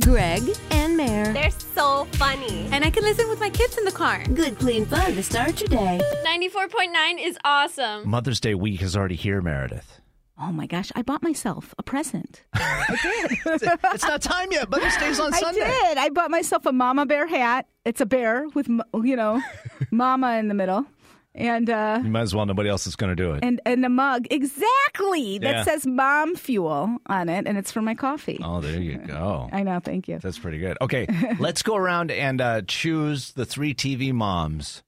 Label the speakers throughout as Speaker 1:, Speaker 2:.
Speaker 1: Greg, and Mare.
Speaker 2: They're so funny.
Speaker 3: And I can listen with my kids in the car.
Speaker 1: Good, clean fun to start your day.
Speaker 4: 94.9 is awesome.
Speaker 5: Mother's Day week is already here, Meredith.
Speaker 3: Oh my gosh, I bought myself a present.
Speaker 5: it's not time yet. Mother's Day's on
Speaker 6: I did. I bought myself a mama bear hat. It's a bear with m- you know, mama in the middle, and uh,
Speaker 5: You might as well. Nobody else is going to do it.
Speaker 6: and and a mug exactly that
Speaker 5: Yeah.
Speaker 6: says mom fuel on it, and it's for my coffee.
Speaker 5: Oh, there you go.
Speaker 6: I know. Thank you.
Speaker 5: That's pretty good. Okay, let's go around and uh, choose the three TV moms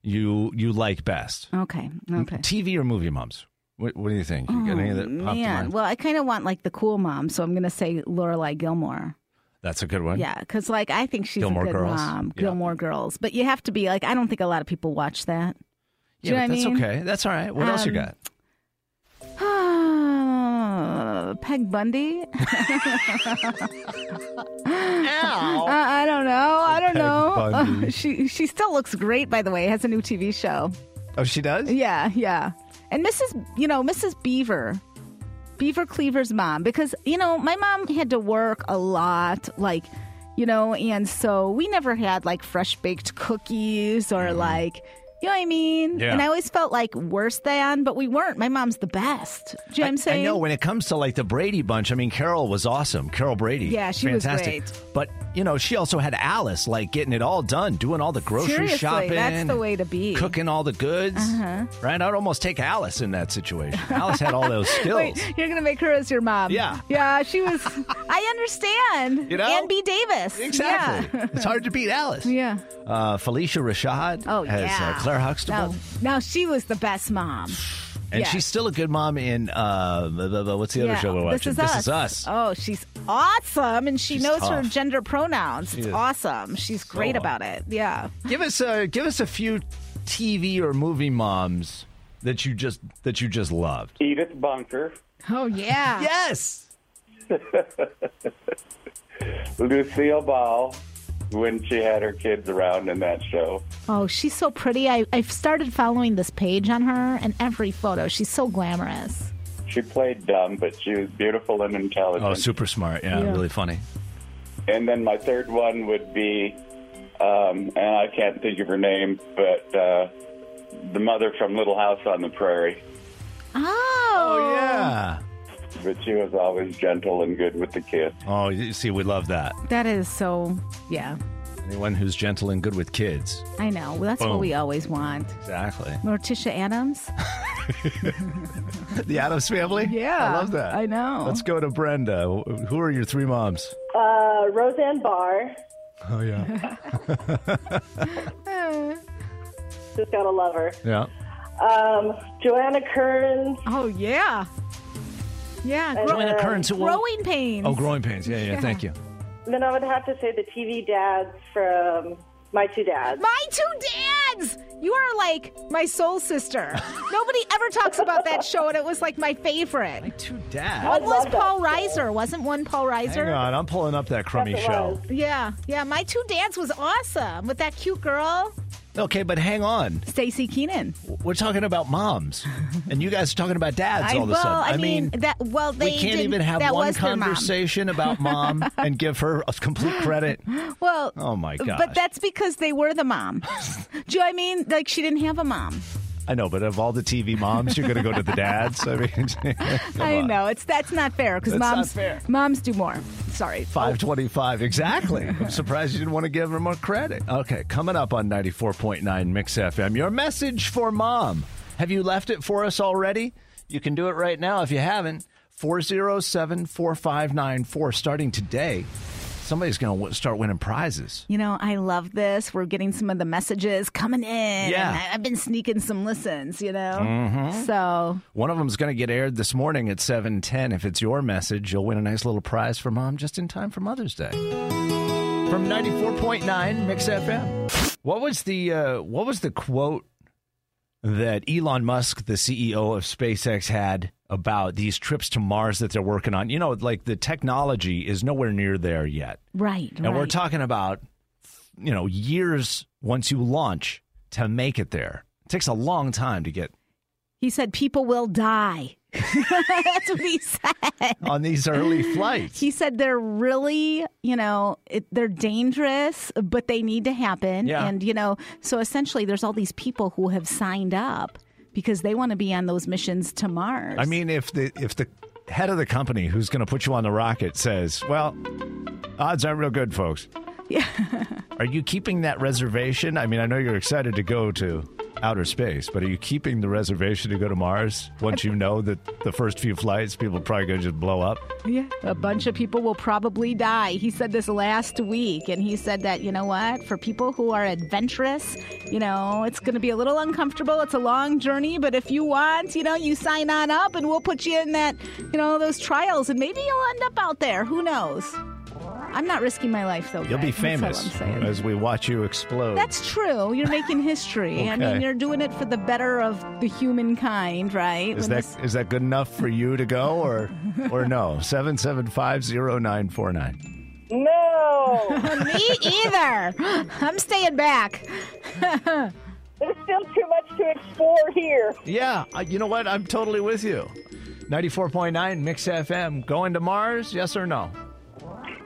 Speaker 5: you you like best.
Speaker 6: Okay. Oh, Okay. Oh,
Speaker 5: TV or movie moms? What, what do you think? You got any that popped to
Speaker 6: Man,
Speaker 5: mind?
Speaker 6: well, I kind of want like the cool mom, so I'm gonna say Lorelai Gilmore.
Speaker 5: That's a good one.
Speaker 6: Yeah, because like I think she's
Speaker 5: Gilmore
Speaker 6: a good
Speaker 5: Girls.
Speaker 6: mom.
Speaker 5: Yeah.
Speaker 6: Gilmore Girls, but you have to be like I don't think a lot of people watch that. Do you
Speaker 5: Yeah,
Speaker 6: know
Speaker 5: but that's
Speaker 6: what I mean?
Speaker 5: okay. That's all right. What else you
Speaker 6: Um,
Speaker 5: got?
Speaker 6: Ah, Peg Bundy. Uh, I don't know. I don't
Speaker 5: Peg
Speaker 6: know.
Speaker 5: Bundy.
Speaker 6: Uh, she she still looks great, by the way. Has a new TV show.
Speaker 5: Oh, she does.
Speaker 6: Yeah, yeah. And Mrs. You know Mrs. Beaver, Beaver Cleaver's mom, because you know my mom had to work a lot, like you know, and so we never had like fresh baked cookies or like. You know what I mean?
Speaker 5: Mm. Yeah.
Speaker 6: And I always felt like worse than, but we weren't. My mom's the best. Do you know what I'm
Speaker 5: I
Speaker 6: saying?
Speaker 5: know when it comes to like the Brady Bunch, I mean, Carol was awesome. Carol Brady.
Speaker 6: Yeah, she was
Speaker 5: fantastic.
Speaker 6: great.
Speaker 5: But, you know, she also had Alice, like getting it all done, doing all the grocery
Speaker 6: Seriously,
Speaker 5: shopping.
Speaker 6: that's the way to be. Uh-huh.
Speaker 5: Cooking all the goods. Right? I'd almost take Alice in that situation. Alice had all those skills.
Speaker 6: Wait, you're gonna make her as your mom.
Speaker 5: Yeah.
Speaker 6: Yeah, she was I understand.
Speaker 5: You know?
Speaker 6: Ann B. Davis.
Speaker 5: Exactly. it's hard to beat Alice.
Speaker 6: Yeah. yeah.
Speaker 5: Uh, Felicia Rashad
Speaker 6: Oh
Speaker 5: as
Speaker 6: yeah. Oh,
Speaker 5: uh, Claire Huxtable.
Speaker 6: Now, now she was the best mom.
Speaker 5: and
Speaker 6: yeah.
Speaker 5: she's still a good mom in, uh, the- the- the- what's the other
Speaker 6: Yeah.
Speaker 5: show we're
Speaker 6: This
Speaker 5: watching?
Speaker 6: is
Speaker 5: this
Speaker 6: us.
Speaker 5: Is Us.
Speaker 6: Oh, she's awesome and she
Speaker 5: She's
Speaker 6: knows her
Speaker 5: tough.
Speaker 6: gender pronouns.
Speaker 5: is
Speaker 6: it's awesome. She's great about it. Yeah.
Speaker 5: Give us a give us a few TV or movie moms that you just that you just loved.
Speaker 7: Edith Bunker,
Speaker 6: Oh yeah.
Speaker 5: Yes.
Speaker 7: Lucille Ball, when she had her kids around in that show.
Speaker 6: Oh, she's so pretty. I, I've started following this page on her and every photo. She's so glamorous.
Speaker 7: She played dumb, but she was beautiful and intelligent.
Speaker 5: Oh, super smart. Yeah, really funny.
Speaker 7: And then my third one would be, um, and I can't think of her name, but uh, the mother from Little House on the Prairie.
Speaker 6: Oh,
Speaker 5: Yeah.
Speaker 7: But she was always gentle and good with the kids.
Speaker 5: Oh, you see, we love that.
Speaker 6: That is so yeah.
Speaker 5: Anyone who's gentle and good with kids.
Speaker 6: I know. Well, that's
Speaker 5: Boom.
Speaker 6: what we always want.
Speaker 5: Exactly.
Speaker 6: Morticia Adams.
Speaker 5: The Adams family.
Speaker 6: Yeah,
Speaker 5: I love that.
Speaker 6: I know.
Speaker 5: Let's go to Brenda. Wh- Who are your three moms?
Speaker 8: Uh, Roseanne Barr.
Speaker 5: Oh yeah.
Speaker 8: Just gotta love her.
Speaker 5: yeah.
Speaker 8: Um, Joanna Kearns.
Speaker 6: Oh yeah, yeah. Gro-
Speaker 5: Joanna Kearns. Who
Speaker 6: growing pains.
Speaker 5: Oh, growing pains. Yeah, yeah. Thank you.
Speaker 8: Then I would have to say the TV dads from My Two Dads.
Speaker 6: my two dads. You are like my soul sister. Nobody ever talks about that show, and it was like my favorite.
Speaker 5: Two dads.
Speaker 6: One was
Speaker 8: love that
Speaker 6: Paul Reiser, wasn't one Paul
Speaker 5: Hang
Speaker 6: Reiser?
Speaker 5: on, I'm pulling up that crummy
Speaker 8: Yes, it
Speaker 5: show.
Speaker 8: was.
Speaker 6: Yeah, yeah. My two dads was awesome with that cute girl,
Speaker 5: Okay, but hang on.
Speaker 6: Stacey Keenan.
Speaker 5: We're talking about moms, and you guys are talking about dads all of a
Speaker 6: well,
Speaker 5: sudden.
Speaker 6: I, mean, that. Well, they
Speaker 5: we can't
Speaker 6: didn't-
Speaker 5: even have
Speaker 6: that
Speaker 5: one
Speaker 6: was their mom.
Speaker 5: conversation about mom and give her a complete credit.
Speaker 6: Well,
Speaker 5: Oh, my gosh.
Speaker 6: But that's because they were the mom. Do you know what I mean? Like she didn't have a mom.
Speaker 5: I know, but of all the TV moms, you're going to go to the dads. I mean, come
Speaker 6: I
Speaker 5: on.
Speaker 6: know it's that's not fair because
Speaker 5: That's not
Speaker 6: moms
Speaker 5: fair.
Speaker 6: moms do more. Sorry.
Speaker 5: 525. Exactly. I'm surprised you didn't want to give her more credit. Okay, coming up on 94.9 Mix FM, your message for mom. Have you left it for us already? You can do it right now if you haven't. 407 4594. Starting today, somebody's going to w- start winning prizes.
Speaker 6: You know, I love this. We're getting some of the messages coming in.
Speaker 5: Yeah. Mm-hmm.
Speaker 6: and I, I've been sneaking some listens, you know? So,
Speaker 5: One of them's going to get aired this morning at 7:10. If it's your message, you'll win a nice little prize for mom just in time for Mother's Day. From 94.9 Mix FM. What was the uh, what was the quote that Elon Musk, the CEO of SpaceX had about these trips to Mars that they're working on? You know, like the technology is nowhere near there yet.
Speaker 6: right.
Speaker 5: And we're talking about, you know, years once you launch to make it there. It takes a long time to get
Speaker 6: He said people will die. That's what he said.
Speaker 5: on these early flights.
Speaker 6: He said they're really, you know, it, they're dangerous, but they need to happen.
Speaker 5: Yeah.
Speaker 6: And, you know, so essentially there's all these people who have signed up because they want to be on those missions to Mars.
Speaker 5: I mean, if the if the head of the company who's going to put you on the rocket says, "Well, odds aren't real good, folks."
Speaker 6: Yeah.
Speaker 5: Are you keeping that reservation? I mean, I know you're excited to go to outer space, but are you keeping the reservation to go to Mars once you know that the first few flights people are probably going to just blow up?
Speaker 6: Yeah. A bunch of people will probably die. He said this last week, and he said that, you know what, for people who are adventurous, you know, it's going to be a little uncomfortable. It's a long journey, but if you want, you know, you sign on up and we'll put you in that, you know, those trials, and maybe you'll end up out there. Who knows? I'm not risking my life, though.
Speaker 5: You'll be
Speaker 6: Greg. That's
Speaker 5: famous
Speaker 6: all I'm saying.
Speaker 5: as we watch you explode.
Speaker 6: That's true. You're making history. I
Speaker 5: Okay.
Speaker 6: mean, you're doing it for the better of the humankind, right?
Speaker 5: is
Speaker 6: When
Speaker 5: that
Speaker 6: this-
Speaker 5: is that good enough for you to go or or no? 7750949.
Speaker 8: No,
Speaker 6: Me either. I'm staying back.
Speaker 8: there's still too much to explore here.
Speaker 5: Yeah, uh, you know what? I'm totally with you. 94.9 Mix FM. Going to Mars? Yes or no?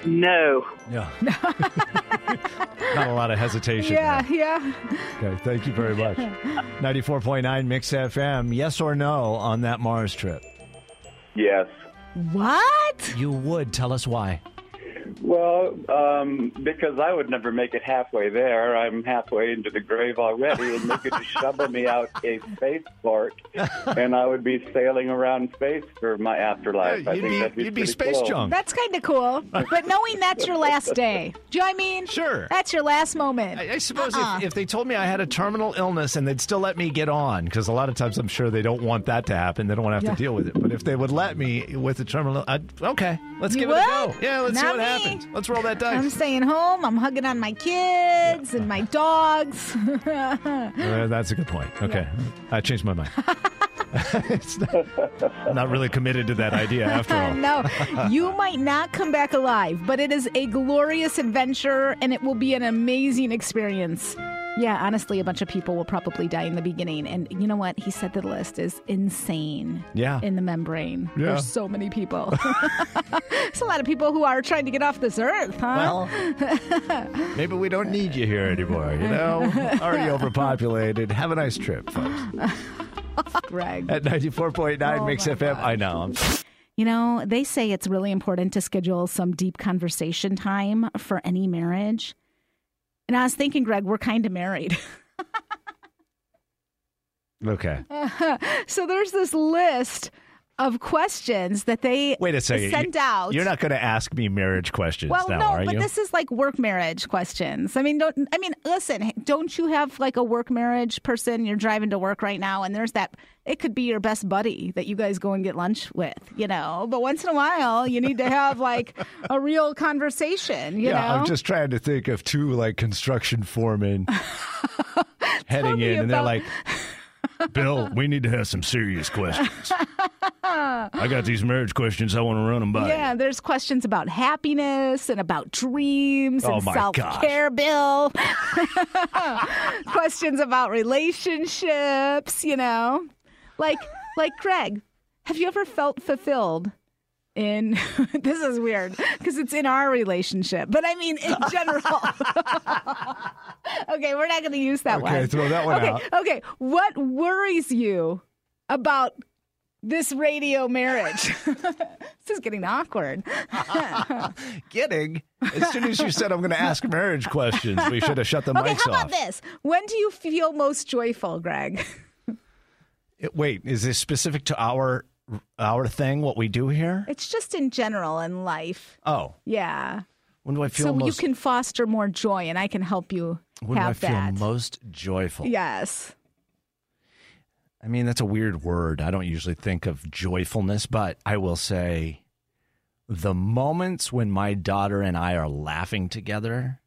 Speaker 2: No.
Speaker 5: Yeah. Not a lot of hesitation.
Speaker 6: Yeah, yeah.
Speaker 5: there. Okay. Thank you very much. 94.9 Mix FM. Yes or no on that Mars trip?
Speaker 7: Yes.
Speaker 6: What?
Speaker 5: You would tell us why.
Speaker 7: Well, um, because I would never make it halfway there. I'm halfway into the grave already, and they could just shovel me out a spaceport, and I would be sailing around space for my afterlife. I
Speaker 5: you'd
Speaker 7: think
Speaker 5: be,
Speaker 7: that'd be
Speaker 5: you'd be
Speaker 7: pretty
Speaker 5: space
Speaker 7: cool.
Speaker 5: junk.
Speaker 6: That's kind of cool. But knowing that's your last day, do you know what I mean?
Speaker 5: Sure.
Speaker 6: That's your last moment.
Speaker 5: I, I suppose
Speaker 6: Uh-uh.
Speaker 5: if, if they told me I had a terminal illness and they'd still let me get on, because a lot of times I'm sure they don't want that to happen. They don't want to have to
Speaker 6: Yeah.
Speaker 5: deal with it. But if they would let me with a terminal, I'd, okay, let's
Speaker 6: You
Speaker 5: give it a go.
Speaker 6: would?
Speaker 5: Yeah, let's see
Speaker 6: Not
Speaker 5: what
Speaker 6: me.
Speaker 5: happens. Let's roll that dice.
Speaker 6: I'm staying home. I'm hugging on my kids and my dogs.
Speaker 5: Uh, that's a good point. Okay. I changed my mind. It's not, I'm not really committed to that idea after all.
Speaker 6: no, you might not come back alive, but it is a glorious adventure and it will be an amazing experience. Yeah, honestly, a bunch of people will probably die in the beginning. And you know what? He said the list is insane.
Speaker 5: Yeah.
Speaker 6: In the membrane.
Speaker 5: Yeah.
Speaker 6: There's so many people. There's a lot of people who are trying to get off this earth, huh?
Speaker 5: Well, maybe we don't need you here anymore. You know, already overpopulated. Have a nice trip, folks.
Speaker 6: Greg.
Speaker 5: At 94.9
Speaker 6: Oh
Speaker 5: Mix
Speaker 6: my
Speaker 5: FM. I know.
Speaker 6: You know, they say it's really important to schedule some deep conversation time for any marriage. And I was thinking, Greg, we're kind of married.
Speaker 5: Okay.
Speaker 6: so there's this list of questions that they
Speaker 5: Wait a second.
Speaker 6: sent
Speaker 5: You-
Speaker 6: out.
Speaker 5: You're not going to ask me marriage questions
Speaker 6: well,
Speaker 5: now,
Speaker 6: no,
Speaker 5: are
Speaker 6: but
Speaker 5: you?
Speaker 6: this is like work marriage questions. I mean, don't I mean, listen, don't you have like a work marriage person you're driving to work right now and there's that it could be your best buddy that you guys go and get lunch with, you know. But once in a while, you need to have like a real conversation, you
Speaker 5: yeah,
Speaker 6: know.
Speaker 5: I'm just trying to think of two like construction foremen heading
Speaker 6: me
Speaker 5: in, and they're
Speaker 6: about-
Speaker 5: like, "Bill, we need to have some serious questions. I got these marriage questions. I want to run them by." you."
Speaker 6: yeah, there's questions about happiness and about dreams
Speaker 5: Oh
Speaker 6: and
Speaker 5: my gosh.
Speaker 6: self care, Bill. questions about relationships, you know, like like Greg, have you ever felt fulfilled? In this is weird because it's in our relationship, but I mean in general. okay, we're not going to use that
Speaker 5: Okay,
Speaker 6: one.
Speaker 5: throw that one
Speaker 6: okay,
Speaker 5: out.
Speaker 6: okay. What worries you about this radio marriage? this is getting awkward.
Speaker 5: Kidding. As soon as you said I'm going to ask marriage questions, we should have shut the
Speaker 6: Okay,
Speaker 5: mics
Speaker 6: how about
Speaker 5: off.
Speaker 6: this? When do you feel most joyful, Greg?
Speaker 5: It- Wait, is this specific to our our thing? What we do here?
Speaker 6: It's just in general in life.
Speaker 5: Oh,
Speaker 6: Yeah.
Speaker 5: when do I feel
Speaker 6: so
Speaker 5: most?
Speaker 6: you can foster more joy, and I can help you
Speaker 5: when do I
Speaker 6: have
Speaker 5: feel
Speaker 6: that.
Speaker 5: most joyful?
Speaker 6: yes.
Speaker 5: I mean, that's a weird word. I don't usually think of joyfulness, but I will say the moments when my daughter and I are laughing together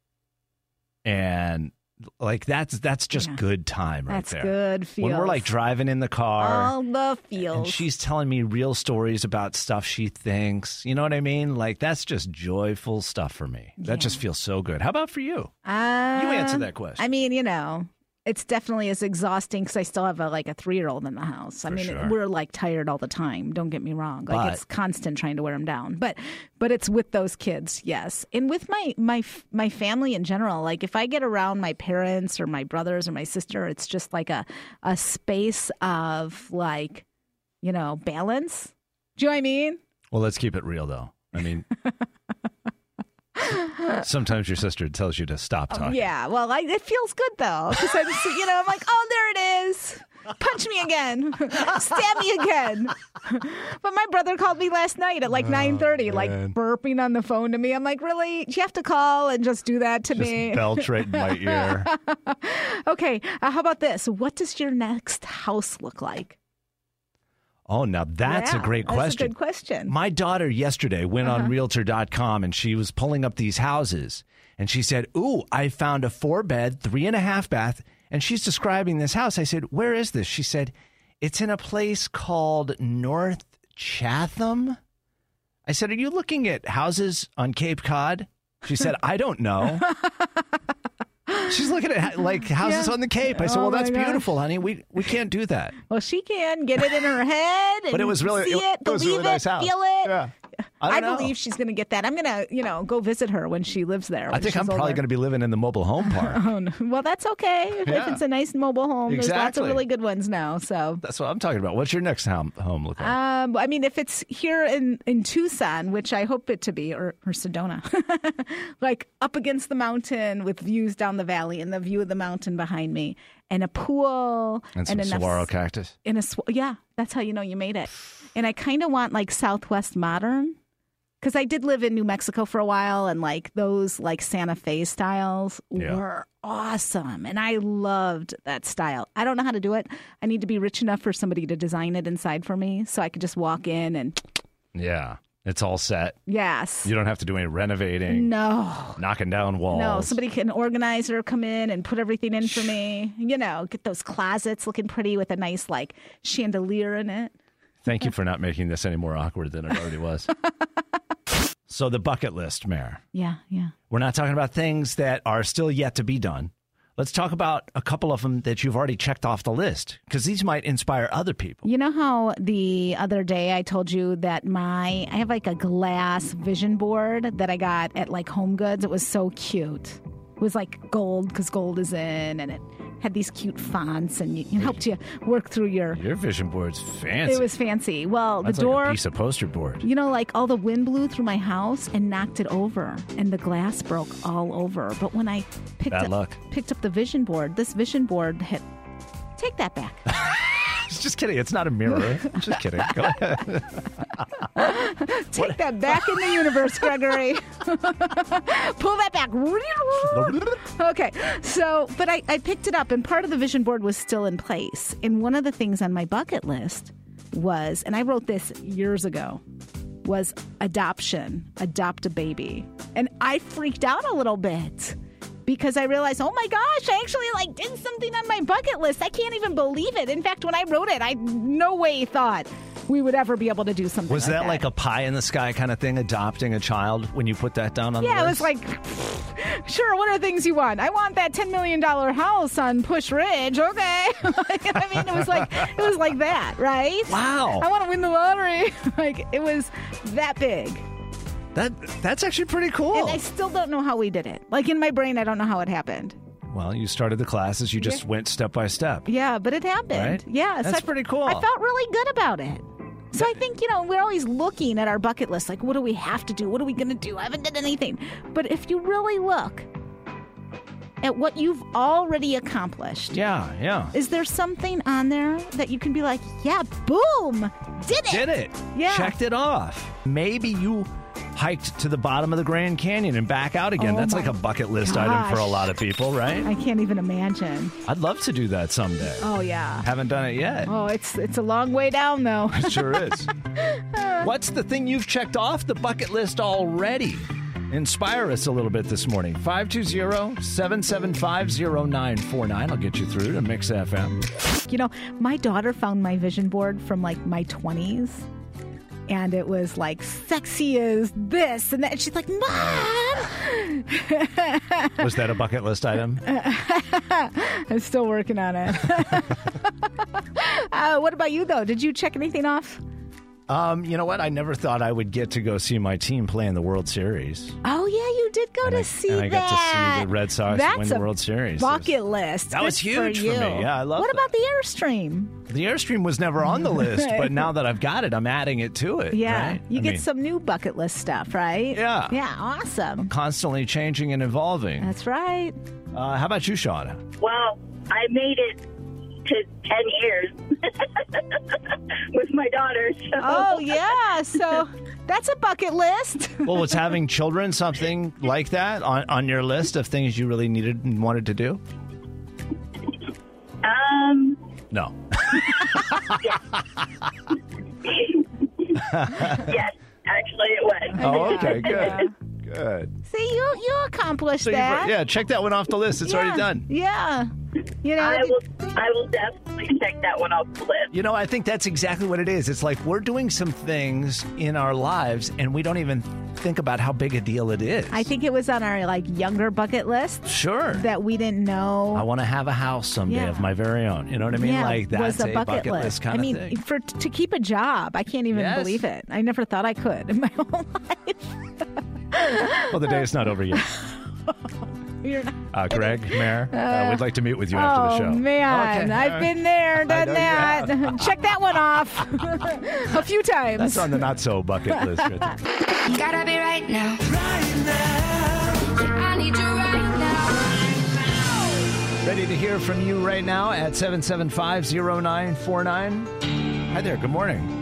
Speaker 5: and like that's that's just
Speaker 6: Yeah.
Speaker 5: good time right
Speaker 6: That's
Speaker 5: there.
Speaker 6: good feels.
Speaker 5: When we're like driving in the car
Speaker 6: All the
Speaker 5: and
Speaker 6: feels.
Speaker 5: she's telling me real stories about stuff she thinks, you know what I mean? Like that's just joyful stuff for me. That just feels so good. How about for you?
Speaker 6: Uh,
Speaker 5: answer that question.
Speaker 6: I mean, you know, it's definitely as exhausting because I still have a, like a three year old in the house. I mean,
Speaker 5: sure.
Speaker 6: we're like tired all the time. Don't get me wrong; like
Speaker 5: But-
Speaker 6: it's constant trying to wear them down. But but it's with those kids, yes, and with my my f- my family in general. Like if I get around my parents or my brothers or my sister, it's just like a a space of like you know balance. Do you know what I mean?
Speaker 5: Well, let's keep it real, though. I mean, sometimes your sister tells you to stop talking.
Speaker 6: Um, Yeah. Well, I, it feels good though because I'm, so- you know, I'm like, oh, there it is. Punch me again, stab me again. but my brother called me last night at like 9:30, like
Speaker 5: Oh, man.
Speaker 6: burping on the phone to me. I'm like, really? Do you have to call and just do that to
Speaker 5: Just
Speaker 6: me?
Speaker 5: belch right in my ear.
Speaker 6: okay. Uh, how about this? What does your next house look like?
Speaker 5: Oh, now that's
Speaker 6: Yeah,
Speaker 5: a great
Speaker 6: that's
Speaker 5: question.
Speaker 6: a good question. Uh-huh.
Speaker 5: My daughter yesterday went on realtor.com and she was pulling up these houses and she said, Ooh, I found a four bed, three and a half bath. And she's describing this house. I said, Where is this? She said, It's in a place called North Chatham. I said, Are you looking at houses on Cape Cod? She said, I don't know. She's looking at ha- like houses
Speaker 6: Yeah.
Speaker 5: on the Cape. I said,
Speaker 6: Oh
Speaker 5: "Well,
Speaker 6: my
Speaker 5: that's
Speaker 6: gosh.
Speaker 5: beautiful, honey. We we can't do that."
Speaker 6: Well, she can get it in her head. And
Speaker 5: But it was really
Speaker 6: see it,
Speaker 5: it was a
Speaker 6: believe
Speaker 5: really
Speaker 6: it,
Speaker 5: nice house.
Speaker 6: feel it.
Speaker 5: Yeah.
Speaker 6: I,
Speaker 5: don't know.
Speaker 6: believe she's going to get that. I'm going to, you know, go visit her when she lives there.
Speaker 5: I think I'm probably
Speaker 6: to.
Speaker 5: going to be living in the mobile home park.
Speaker 6: Oh, no. Well, that's okay if
Speaker 5: Yeah.
Speaker 6: it's a nice mobile home. There's lots of
Speaker 5: Exactly.
Speaker 6: really good ones now. So,
Speaker 5: That's what I'm talking about. What's your next home, home look like?
Speaker 6: um, I mean, if it's here in, in Tucson, which I hope it to be, or, or Sedona, like up against the mountain with views down the valley and the view of the mountain behind me, and a pool
Speaker 5: and some
Speaker 6: enough
Speaker 5: saguaro cactus.
Speaker 6: in a sw- yeah that's how you know you made it and i kind of want like southwest modern because i did live in new mexico for a while and like those like santa fe styles
Speaker 5: Yeah.
Speaker 6: were awesome and i loved that style i don't know how to do it i need to be rich enough for somebody to design it inside for me so i could just walk in and
Speaker 5: Yeah. It's all set.
Speaker 6: yes
Speaker 5: You don't have to do any renovating,
Speaker 6: no
Speaker 5: knocking down walls.
Speaker 6: no, somebody can organize or come in and put everything in for me. You know, get those closets looking pretty with a nice like chandelier in it.
Speaker 5: Thank you for not making this any more awkward than it already was. so, the bucket list, Mayor.
Speaker 6: Yeah, yeah.
Speaker 5: We're not talking about things that are still yet to be done. Let's talk about a couple of them that you've already checked off the list because these might inspire other people.
Speaker 6: You know how the other day I told you that my I have like a glass vision board that I got at like Home Goods. It was so cute. It was like gold because gold is in, and it had these cute fonts, and you, it helped you work through your.
Speaker 5: Your vision board's fancy.
Speaker 6: It was fancy. Well,
Speaker 5: That's
Speaker 6: the door.
Speaker 5: like a piece of poster board.
Speaker 6: You know, like all the wind blew through my house and knocked it over, and the glass broke all over. But when I picked
Speaker 5: Bad
Speaker 6: up
Speaker 5: luck.
Speaker 6: picked up the vision board, this vision board hit. Take that back.
Speaker 5: Just kidding. It's not a mirror. Just kidding. Go ahead.
Speaker 6: Take that back in the universe, Gregory. Pull that back. Okay. So, but I, I picked it up, and part of the vision board was still in place. And one of the things on my bucket list was, and I wrote this years ago, was adoption, adopt a baby. And I freaked out a little bit because I realized, oh my gosh, I actually like did something on my bucket list. I can't even believe it. In fact, when I wrote it, I no way thought we would ever be able to do something.
Speaker 5: Was that
Speaker 6: that
Speaker 5: like a pie in the sky kind of thing, adopting a child when you put that down on
Speaker 6: Yeah,
Speaker 5: the
Speaker 6: it was
Speaker 5: list?
Speaker 6: like, sure, what are things you want? I want that $10 million house on Push Ridge. Okay. Like, I mean, it was like, it was like that, right?
Speaker 5: Wow.
Speaker 6: I want to win the lottery. like, it was that big.
Speaker 5: that that's actually pretty cool.
Speaker 6: And I still don't know how we did it. Like, in my brain, I don't know how it happened.
Speaker 5: well, you started the classes, you just went step by step.
Speaker 6: Yeah, but it happened.
Speaker 5: Right?
Speaker 6: Yes.
Speaker 5: That's
Speaker 6: I-
Speaker 5: pretty cool.
Speaker 6: I felt really good about it. So I think, you know, we're always looking at our bucket list like, what do we have to do? What are we going to do? I haven't done anything. But if you really look at what you've already accomplished,
Speaker 5: Yeah, yeah.
Speaker 6: is there something on there that you can be like, yeah, boom, did it?
Speaker 5: Did it.
Speaker 6: Yeah.
Speaker 5: Checked it off. Maybe you hiked to the bottom of the Grand Canyon and back out again.
Speaker 6: Oh
Speaker 5: that's
Speaker 6: my
Speaker 5: like a bucket list item for a
Speaker 6: gosh.
Speaker 5: lot of people, right?
Speaker 6: I can't even imagine.
Speaker 5: I'd love to do that someday.
Speaker 6: Oh, yeah.
Speaker 5: Haven't done it yet.
Speaker 6: Oh, it's it's a long way down though.
Speaker 5: It sure is. What's the thing you've checked off the bucket list already? Inspire us a little bit this morning. 520-775-0949. I'll get you through to Mix FM.
Speaker 6: You know, my daughter found my vision board from like my 20s. And it was like sexy as this and that. And she's like, Mom,
Speaker 5: Was that a bucket list item?
Speaker 6: I'm still working on it. uh, what about you, though? Did you check anything off?
Speaker 5: Um, you know what? I never thought I would get to go see my team play in the World Series.
Speaker 6: Oh, yeah, you did go to
Speaker 5: I-
Speaker 6: see
Speaker 5: and I got to see
Speaker 6: that.
Speaker 5: the Red Sox
Speaker 6: That's
Speaker 5: win the
Speaker 6: a
Speaker 5: World Series.
Speaker 6: Bucket list.
Speaker 5: That was
Speaker 6: Good
Speaker 5: huge for
Speaker 6: you.
Speaker 5: me. Yeah, I love
Speaker 6: What
Speaker 5: that.
Speaker 6: about the Airstream?
Speaker 5: The Airstream was never on the list, but now that I've got it, I'm adding it to it.
Speaker 6: Yeah,
Speaker 5: right?
Speaker 6: you
Speaker 5: I
Speaker 6: get
Speaker 5: mean,
Speaker 6: some new bucket list stuff, right?
Speaker 5: Yeah.
Speaker 6: Yeah, awesome.
Speaker 5: constantly changing and evolving.
Speaker 6: That's right.
Speaker 5: Uh, how about you, Shauna?
Speaker 9: Well, I made it to 10 years with my daughter. So
Speaker 6: Oh, yeah. So that's a bucket list.
Speaker 5: Well, was having children something like that on, on your list of things you really needed and wanted to do?
Speaker 9: um,
Speaker 5: No.
Speaker 9: yes, actually it was.
Speaker 5: Oh, okay,
Speaker 6: Yeah.
Speaker 5: good. Good.
Speaker 6: See, you you accomplished
Speaker 5: So you've,
Speaker 6: that.
Speaker 5: yeah, check that one off the list. It's
Speaker 6: Yeah.
Speaker 5: already done.
Speaker 6: Yeah. You know,
Speaker 9: I will, I will definitely check that one off the list.
Speaker 5: You know, I think that's exactly what it is. It's like we're doing some things in our lives and we don't even think about how big a deal it is.
Speaker 6: I think it was on our like younger bucket list
Speaker 5: Sure.
Speaker 6: that we didn't know.
Speaker 5: I want to have a house someday
Speaker 6: Yeah.
Speaker 5: of my very own. You know what I mean?
Speaker 6: yeah,
Speaker 5: like that's
Speaker 6: was a bucket, list.
Speaker 5: kind
Speaker 6: I mean,
Speaker 5: of thing.
Speaker 6: for to keep a job, I can't even
Speaker 5: Yes.
Speaker 6: believe it. I never thought I could in my whole life.
Speaker 5: Well, the day is not over yet.
Speaker 6: You're not-
Speaker 5: Uh, Greg, Mayor, uh, we'd like to meet with you after the show.
Speaker 6: Oh man,
Speaker 5: Okay.
Speaker 6: I've been there, done
Speaker 5: know you
Speaker 6: that.
Speaker 5: have.
Speaker 6: Check that one off a few times.
Speaker 5: That's on the not so bucket list. right there.
Speaker 1: Gotta be right now. I need you right now.
Speaker 5: Ready to hear from you right now at 775-0949. Hi there. Good morning.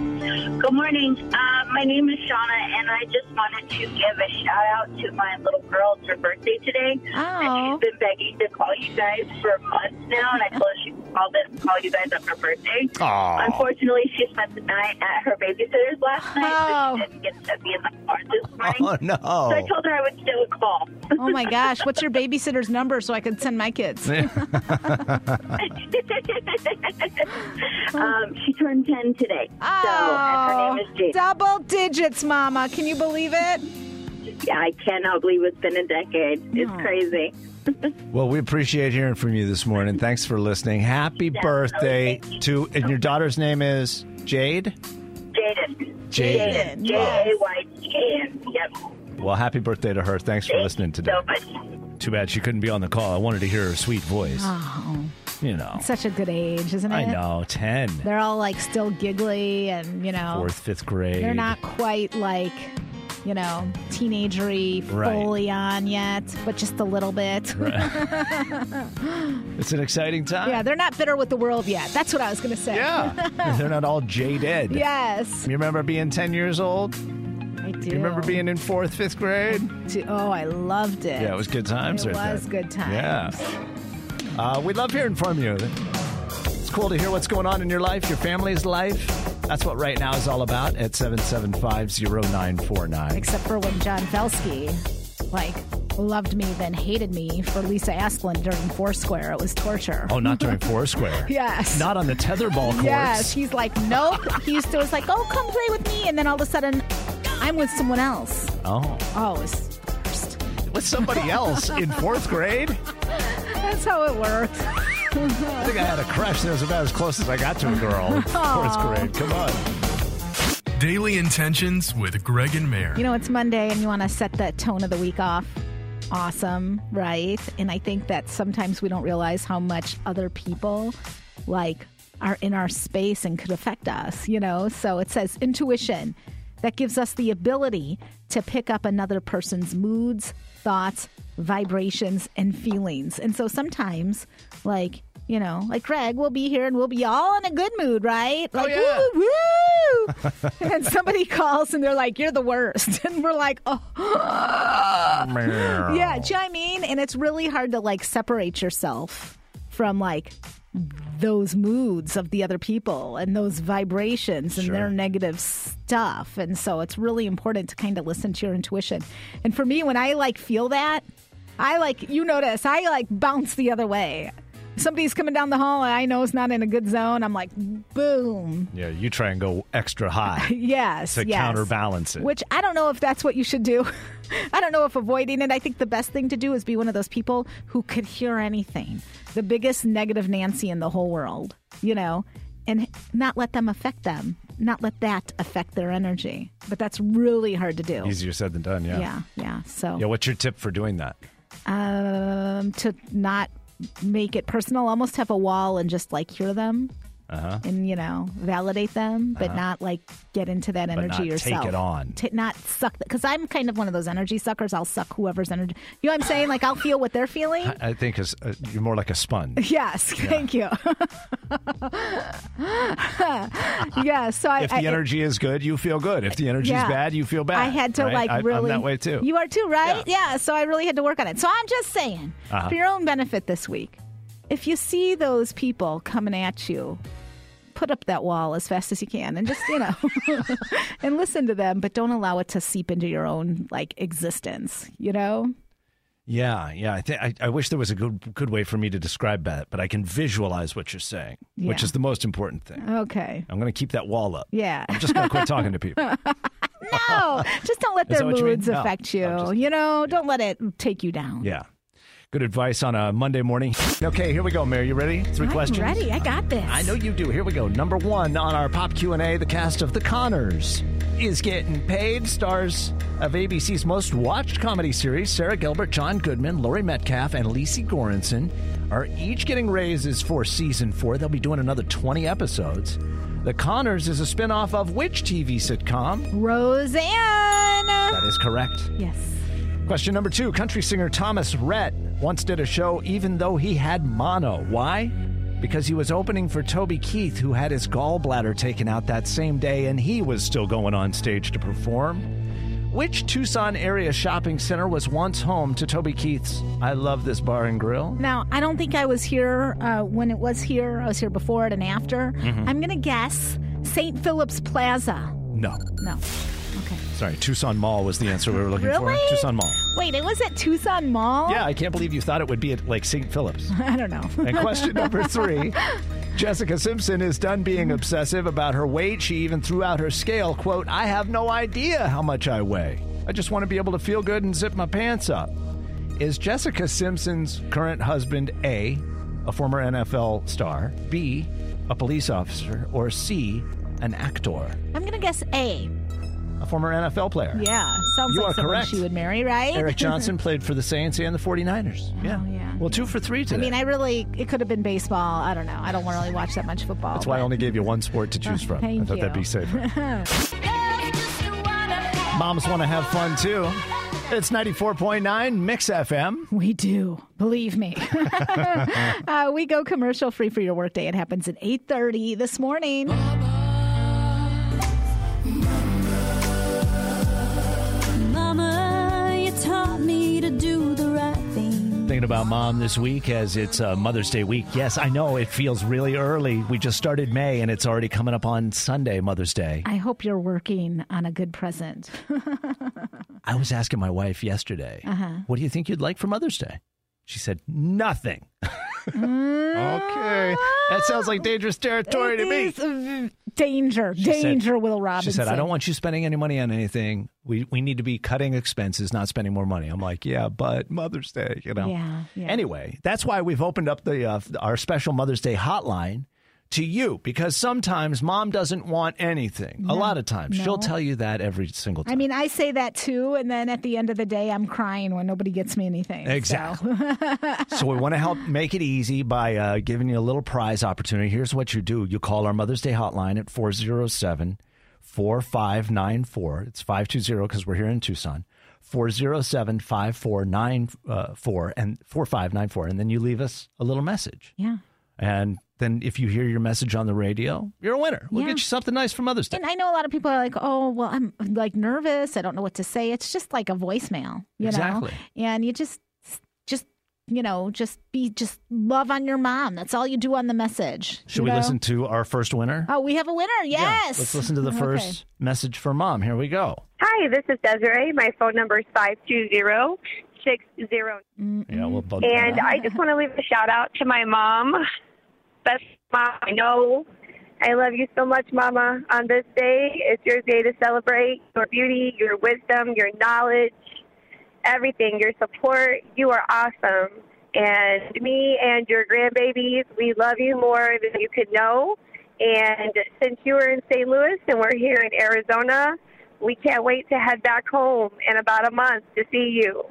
Speaker 9: Good morning. Uh, my name is Shauna, and I just wanted to give a shout out to my little girl. It's her birthday today.
Speaker 6: Oh.
Speaker 9: And she's been begging to call you guys for months now, and I told her she could call, this, call you guys on her birthday.
Speaker 5: Aw.
Speaker 9: Unfortunately, she spent the night at her babysitter's last night,
Speaker 6: Oh.
Speaker 9: so she didn't get to be in the car this morning.
Speaker 5: Oh no.
Speaker 9: So I told her I would still call.
Speaker 6: Oh my gosh, what's your babysitter's number so I can send my kids?
Speaker 9: um, she turned 10 today. so, and her name is Jade.
Speaker 6: Oh, double digits, Mama. Can you believe it?
Speaker 9: Yeah, I cannot believe it's been a decade. It's crazy.
Speaker 5: Well, we appreciate hearing from you this morning. Thanks for listening. Happy
Speaker 9: Definitely.
Speaker 5: birthday
Speaker 9: Thank you.
Speaker 5: to and your daughter's name is Jade.
Speaker 9: Jaden.
Speaker 5: Jaden.
Speaker 9: J A Y D A N. Yep.
Speaker 5: Well, happy birthday to her. Thanks for
Speaker 9: Thank
Speaker 5: listening
Speaker 9: you
Speaker 5: today.
Speaker 9: So much.
Speaker 5: Too bad she couldn't be on the call. I wanted to hear her sweet voice.
Speaker 9: Ah.
Speaker 5: You know,
Speaker 6: Oh, Such a good age, isn't it?
Speaker 5: I know ten,
Speaker 6: They're all like still giggly and you know
Speaker 5: fourth, fifth grade.
Speaker 6: they're not quite like you know, teenagery
Speaker 5: Right.
Speaker 6: fully on yet, but just a little bit.
Speaker 5: It's an exciting time.
Speaker 6: yeah, they're not bitter with the world yet. That's what I was gonna say.
Speaker 5: Yeah. they're not all jaded.
Speaker 6: Yes.
Speaker 5: You remember being 10 years old?
Speaker 6: I do.
Speaker 5: You remember being in fourth, fifth grade?
Speaker 6: To, oh, I loved it.
Speaker 5: Yeah, it was good times.
Speaker 6: It
Speaker 5: right
Speaker 6: was
Speaker 5: there.
Speaker 6: good times.
Speaker 5: Yeah. Uh, we love hearing from you. It's cool to hear what's going on in your life, your family's life. That's what right now is all about at 7750949.
Speaker 6: Except for when John Felsky, like, loved me then hated me for Lisa Asplund during Foursquare. It was torture.
Speaker 5: Oh, not during Foursquare.
Speaker 6: Yes.
Speaker 5: Not on the tetherball course.
Speaker 6: yes. He's like, nope. he used to was like, oh, come play with me, and then all of a sudden, I'm with someone else.
Speaker 5: Oh.
Speaker 6: Oh, it was the worst.
Speaker 5: With somebody else in fourth grade?
Speaker 6: That's how it worked.
Speaker 5: I think I had a crush that was about as close as I got to a girl in fourth grade. Come on.
Speaker 10: Daily Intentions with Greg and Mayor.
Speaker 6: You know, it's Monday and you want to set that tone of the week off. Awesome, right? And I think that sometimes we don't realize how much other people like are in our space and could affect us, you know? So it says intuition that gives us the ability to pick up another person's moods, thoughts, vibrations, and feelings. And so sometimes, like, you know, like Greg, we'll be here and we'll be all in a good mood, right? Like,
Speaker 5: yeah.
Speaker 6: woo, woo, woo. and then somebody calls and they're like, you're the worst. And we're like, oh, yeah, do you know what I mean? And it's really hard to like separate yourself from like those moods of the other people and those vibrations and their negative stuff. And so it's really important to kind of listen to your intuition. And for me, when I like feel that, I like, you notice, I like bounce the other way. somebody's coming down the hall and I know it's not in a good zone, I'm like, boom.
Speaker 5: Yeah, you try and go extra high
Speaker 6: Yes.
Speaker 5: to
Speaker 6: yes.
Speaker 5: counterbalance it.
Speaker 6: Which I don't know if that's what you should do. I don't know if avoiding it. I think the best thing to do is be one of those people who could hear anything. The biggest negative Nancy in the whole world, you know, and not let them affect them, not let that affect their energy. But that's really hard to do.
Speaker 5: Easier said than done, yeah.
Speaker 6: Yeah, yeah. So
Speaker 5: Yeah, what's your tip for doing that?
Speaker 6: um, to not make it personal, almost have a wall and just like hear them.
Speaker 5: Uh-huh.
Speaker 6: And you know, validate them, but not like get into that energy
Speaker 5: not take
Speaker 6: yourself.
Speaker 5: it on.
Speaker 6: Ta- not suck because I'm kind of one of those energy suckers. I'll suck whoever's energy. You know what I'm saying? Like I'll feel what they're feeling.
Speaker 5: I think is uh, you're more like a sponge.
Speaker 6: Yes, thank you. yeah, so I,
Speaker 5: If
Speaker 6: I-
Speaker 5: the energy is good, you feel good. If the energy
Speaker 6: Yeah.
Speaker 5: is bad, you feel bad.
Speaker 6: I had to
Speaker 5: right?
Speaker 6: like
Speaker 5: I-
Speaker 6: really.
Speaker 5: I'm that way too.
Speaker 6: You are too, right? Yeah. So I really had to work on it. So I'm just saying,
Speaker 5: Uh-huh.
Speaker 6: for your own benefit this week, if you see those people coming at you, put up that wall as fast as you can and just, you know, and listen to them, but don't allow it to seep into your own like existence, you know?
Speaker 5: Yeah, yeah. I think I, I wish there was a good good way for me to describe that, but I can visualize what you're saying, which
Speaker 6: Yeah.
Speaker 5: is the most important thing.
Speaker 6: Okay.
Speaker 5: I'm going to keep that wall up.
Speaker 6: Yeah.
Speaker 5: I'm just going to quit talking to people.
Speaker 6: No, just don't let
Speaker 5: Is
Speaker 6: their
Speaker 5: that what you mean?
Speaker 6: moods
Speaker 5: No,
Speaker 6: affect
Speaker 5: I'm
Speaker 6: you.
Speaker 5: just-
Speaker 6: you know, don't let it take you down.
Speaker 5: Yeah. Good advice on a Monday morning. Okay, here we go, Mary. You ready? 3
Speaker 6: I'm
Speaker 5: questions.
Speaker 6: ready. I got this.
Speaker 5: I know you do. Here we go. Number one on our pop Q and A, the cast of The Connors is getting paid. Stars of ABC's most watched comedy series, Sarah Gilbert, John Goodman, Laurie Metcalf, and Lisi Goranson are each getting raises for season four. They'll be doing another 20 episodes. The Connors is a spin-off of which TV sitcom?
Speaker 6: Roseanne.
Speaker 5: That is correct.
Speaker 6: Yes.
Speaker 5: Question number two. Country singer Thomas Rhett once did a show even though he had mono. Why? Because he was opening for Toby Keith, who had his gallbladder taken out that same day, and he was still going on stage to perform. Which Tucson area shopping center was once home to Toby Keith's I Love This Bar and Grill?
Speaker 6: Now, I don't think I was here uh, when it was here. I was here before it and after.
Speaker 5: Mm-hmm.
Speaker 6: I'm going to guess St. Philip's Plaza.
Speaker 5: No.
Speaker 6: No. Okay.
Speaker 5: Sorry, Tucson Mall was the answer we were looking
Speaker 6: Really?
Speaker 5: for. Tucson Mall.
Speaker 6: Wait, it was at Tucson Mall?
Speaker 5: Yeah, I can't believe you thought it would be at like St. Philip's.
Speaker 6: I don't know.
Speaker 5: And question number three Jessica Simpson is done being obsessive about her weight. She even threw out her scale, quote, I have no idea how much I weigh. I just want to be able to feel good and zip my pants up. Is Jessica Simpson's current husband A, a former NFL star, B, a police officer, or C, an actor,
Speaker 6: I'm going to guess A.
Speaker 5: a former NFL player?
Speaker 6: Yeah. Sounds
Speaker 5: You
Speaker 6: like
Speaker 5: are
Speaker 6: someone
Speaker 5: correct.
Speaker 6: she would marry, right?
Speaker 5: Eric Johnson played for the Saints and the 49ers. Yeah.
Speaker 6: Oh, yeah.
Speaker 5: Well, two for three
Speaker 6: I
Speaker 5: today.
Speaker 6: mean, I really, it could have been baseball. I don't know. I don't really watch that much football.
Speaker 5: That's why I
Speaker 6: but-
Speaker 5: only gave you one sport to choose from. I
Speaker 6: thank
Speaker 5: thought that'd
Speaker 6: you.
Speaker 5: be safer. Moms want to have fun too. It's 94.9 Mix FM.
Speaker 6: We do. Believe me. uh, we go commercial free for your workday. It happens at 8.30 this morning.
Speaker 1: Mama, you taught me to do the right thing.
Speaker 5: Thinking about mom this week as it's uh, Mother's Day week. Yes, I know it feels really early. We just started May and it's already coming up on Sunday, Mother's Day.
Speaker 6: I hope you're working on a good present.
Speaker 5: I was asking my wife yesterday,
Speaker 6: Uh-huh.
Speaker 5: what do you think you'd like for Mother's Day? She said, nothing. okay. That sounds like dangerous territory to me.
Speaker 6: Mm. It is, uh, Danger,
Speaker 5: said-
Speaker 6: danger, Will Robinson.
Speaker 5: She said, I don't want you spending any money on anything. We we need to be cutting expenses, not spending more money. I'm like, yeah, but Mother's Day, you know.
Speaker 6: Yeah, yeah.
Speaker 5: Anyway, that's why we've opened up the uh, our special Mother's Day hotline to you because sometimes mom doesn't want anything. a lot of times, she'll tell you that every single time.
Speaker 6: I mean, I say that too, and then at the end of the day, I'm crying when nobody gets me anything. so.
Speaker 5: Exactly. so we want to help make it easy by uh, giving you a little prize opportunity. Here's what you do you call our Mother's Day hotline at 407 4594. It's 520 because we're here in Tucson. 407 5494 uh, and 4594. And then you leave us a little message.
Speaker 6: Yeah.
Speaker 5: And then if you hear your message on the radio, you're a winner. We'll
Speaker 6: Yeah.
Speaker 5: get you something nice for Mother's Day.
Speaker 6: And I know a lot of people are like, oh, well, I'm like nervous. I don't know what to say. It's just like a voicemail, you
Speaker 5: Exactly.
Speaker 6: know? And you just, just, you know, just be, just love on your mom. That's all you do on the message.
Speaker 5: Should
Speaker 6: you
Speaker 5: we
Speaker 6: know?
Speaker 5: listen to our first winner?
Speaker 6: Oh, we have a winner.
Speaker 5: Yeah.
Speaker 6: Yes. Oh,
Speaker 5: Let's listen to the
Speaker 6: Okay.
Speaker 5: first message for mom. Here we go.
Speaker 9: Hi, this is Desiree. My phone number is five two zero
Speaker 11: 660.
Speaker 5: Yeah, we'll bug
Speaker 11: And
Speaker 5: them.
Speaker 11: I just want to leave a shout out to my mom. Best mom I know. I love you so much, Mama. On this day, it's your day to celebrate your beauty, your wisdom, your knowledge, everything, your support. You are awesome. And me and your grandbabies, we love you more than you could know. And since you were in St. Louis and we're here in Arizona, we can't wait to head back home in about a month to see you.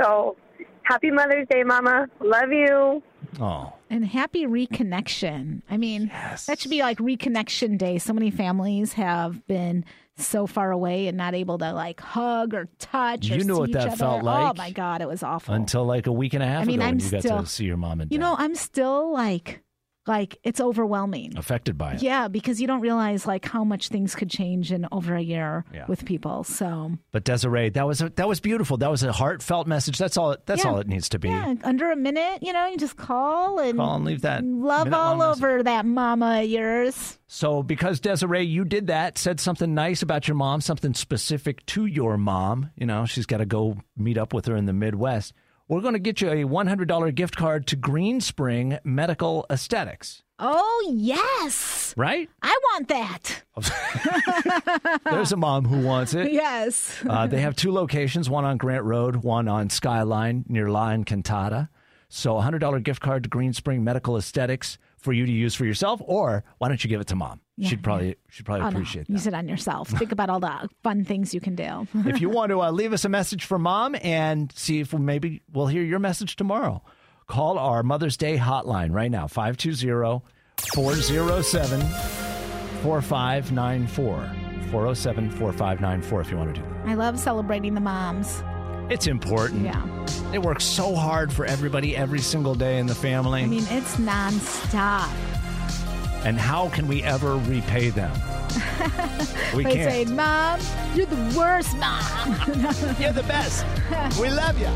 Speaker 11: So happy Mother's Day, Mama. Love you.
Speaker 5: Oh,
Speaker 6: And happy reconnection. I mean, that should be like reconnection day. So many families have been so far away and not able to like hug or touch. or
Speaker 5: You know
Speaker 6: see
Speaker 5: what
Speaker 6: each
Speaker 5: that
Speaker 6: other.
Speaker 5: felt
Speaker 6: Oh
Speaker 5: like.
Speaker 6: my god, it was awful.
Speaker 5: until like a week and a half
Speaker 6: I mean,
Speaker 5: ago,
Speaker 6: I'm
Speaker 5: when you
Speaker 6: still-
Speaker 5: got to see your mom and dad.
Speaker 6: you know, I'm still like, like it's overwhelming.
Speaker 5: affected by it.
Speaker 6: Yeah, because you don't realize like how much things could change in over a year
Speaker 5: Yeah.
Speaker 6: with people. So
Speaker 5: But Desiree, that was a, that was beautiful. That was a heartfelt message. That's all. That's
Speaker 6: Yeah.
Speaker 5: all it needs to be.
Speaker 6: yeah, under a minute, you know, you just call and
Speaker 5: Call and leave that
Speaker 6: love
Speaker 5: minute-long
Speaker 6: all
Speaker 5: message.
Speaker 6: over that mama of yours.
Speaker 5: So, because Desiree, you did that, said something nice about your mom, something specific to your mom. You know, she's got to go meet up with her in the Midwest. We're going to get you a $100 gift card to Greenspring Medical Aesthetics,
Speaker 6: Oh yes,
Speaker 5: right?
Speaker 6: I want that.
Speaker 5: There's a mom who wants it.
Speaker 6: Yes.
Speaker 5: Uh, they have two locations one on Grant Road, one on Skyline near La Encantada. So, a $100 gift card to Greenspring Medical Aesthetics for you to use for yourself, or why don't you give it to mom?
Speaker 6: Yeah,
Speaker 5: she'd probably she'd probably
Speaker 6: Oh, no.
Speaker 5: appreciate that.
Speaker 6: Use it on yourself. Think about all the fun things you can do.
Speaker 5: if you want to uh, leave us a message for mom and see if maybe we'll hear your message tomorrow, call our Mother's Day hotline right now 520 407 4594. 407 4594 if you want to do that.
Speaker 6: I love celebrating the moms.
Speaker 5: It's important.
Speaker 6: Yeah.
Speaker 5: They work so hard for everybody every single day in the family.
Speaker 6: I mean, it's nonstop.
Speaker 5: and how can we ever repay them? we
Speaker 6: They
Speaker 5: can't.
Speaker 6: say, Mom, you're the worst mom.
Speaker 5: You're the best. we love you.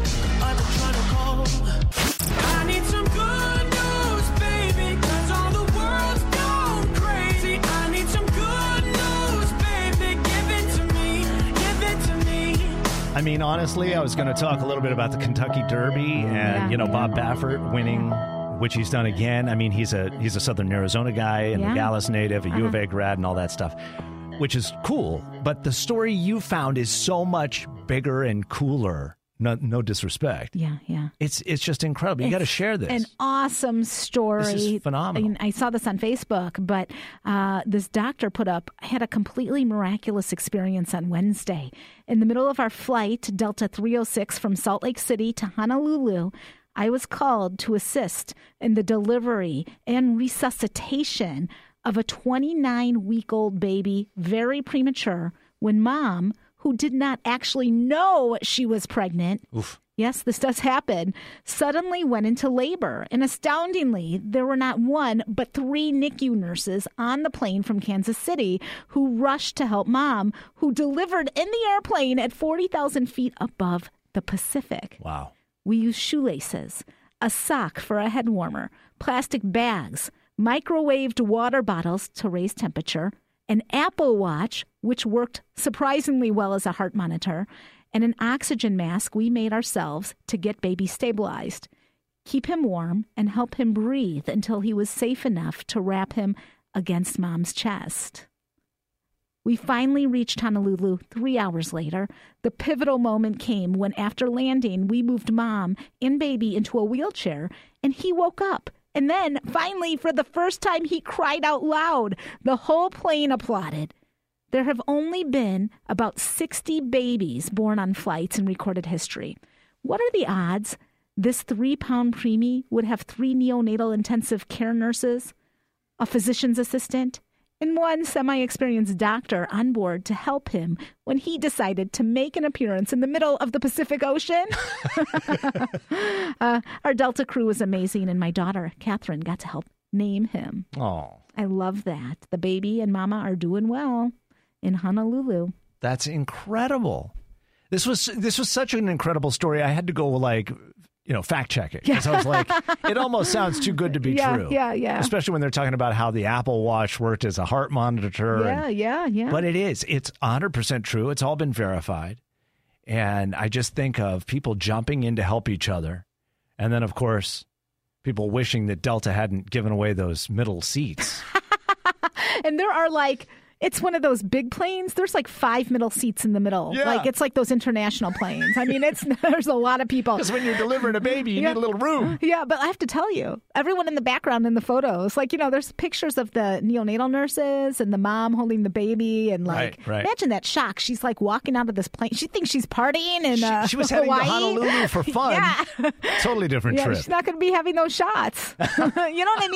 Speaker 12: I need some good news, baby, 'cause all the world's gone crazy. I need some good news, baby. Give it to me, give it to me.
Speaker 5: I mean, honestly, I was going to talk a little bit about the Kentucky Derby and you know Bob Baffert winning, which he's done again. I mean, he's a he's a Southern Arizona guy and
Speaker 13: Yeah.
Speaker 5: a Dallas native, a U of
Speaker 13: Uh-huh.
Speaker 5: A grad, and all that stuff, which is cool. But the story you found is so much bigger and cooler. No, no disrespect.
Speaker 6: Yeah, yeah.
Speaker 5: It's it's just incredible. You
Speaker 6: It's
Speaker 5: got to share this.
Speaker 6: An awesome story.
Speaker 5: This is phenomenal.
Speaker 6: I, mean, I saw this on Facebook, but uh, this doctor put up had a completely miraculous experience on Wednesday. In the middle of our flight, Delta 306 from Salt Lake City to Honolulu, I was called to assist in the delivery and resuscitation of a 29 week old baby, very premature, when mom, who did not actually know she was pregnant,
Speaker 5: Oof.
Speaker 6: Yes, this does happen. Suddenly went into labor. And astoundingly, there were not one, but three NICU nurses on the plane from Kansas City who rushed to help mom, who delivered in the airplane at 40,000 feet above the Pacific.
Speaker 5: Wow.
Speaker 6: We use shoelaces, a sock for a head warmer, plastic bags, microwaved water bottles to raise temperature, an Apple Watch, which worked surprisingly well as a heart monitor, and an oxygen mask we made ourselves to get baby stabilized, keep him warm, and help him breathe until he was safe enough to wrap him against mom's chest. We finally reached Honolulu three hours later. The pivotal moment came when, after landing, we moved mom and baby into a wheelchair and he woke up. And then, finally, for the first time, he cried out loud. The whole plane applauded. There have only been about 60 babies born on flights in recorded history. What are the odds this three pound preemie would have three neonatal intensive care nurses? a physician's assistant, and one semi experienced doctor on board to help him when he decided to make an appearance in the middle of the Pacific Ocean. Uh, our Delta crew was amazing, and my daughter, Catherine, got to help name him.
Speaker 5: Oh,
Speaker 6: I love that. The baby and mama are doing well in Honolulu.
Speaker 5: that's incredible. This was this was such an incredible story. I had to go like you know fact check it because I was like, it almost sounds too good to be
Speaker 6: Yeah,
Speaker 5: true.
Speaker 6: yeah, yeah.
Speaker 5: Especially when they're talking about how the Apple Watch worked as a heart monitor. and-
Speaker 6: yeah, yeah, yeah.
Speaker 5: But it is. It's 100% true. It's all been verified. And I just think of people jumping in to help each other. And then, of course, people wishing that Delta hadn't given away those middle seats.
Speaker 6: and there are like it's one of those big planes. There's like five middle seats in the middle.
Speaker 5: Yeah.
Speaker 6: Like it's like those international planes. I mean, it's there's a lot of people.
Speaker 5: Because when you're delivering a baby, you need a little room.
Speaker 6: Yeah, but I have to tell you, everyone in the background in the photos, like you know, there's pictures of the neonatal nurses and the mom holding the baby, and like
Speaker 5: Right, right.
Speaker 6: imagine that shock. She's like walking out of this plane. She thinks she's partying in uh,
Speaker 5: she, she was heading
Speaker 6: Hawaii.
Speaker 5: to Honolulu for fun. Totally different
Speaker 6: Yeah,
Speaker 5: trip.
Speaker 6: she's not going to be having those shots. you know what I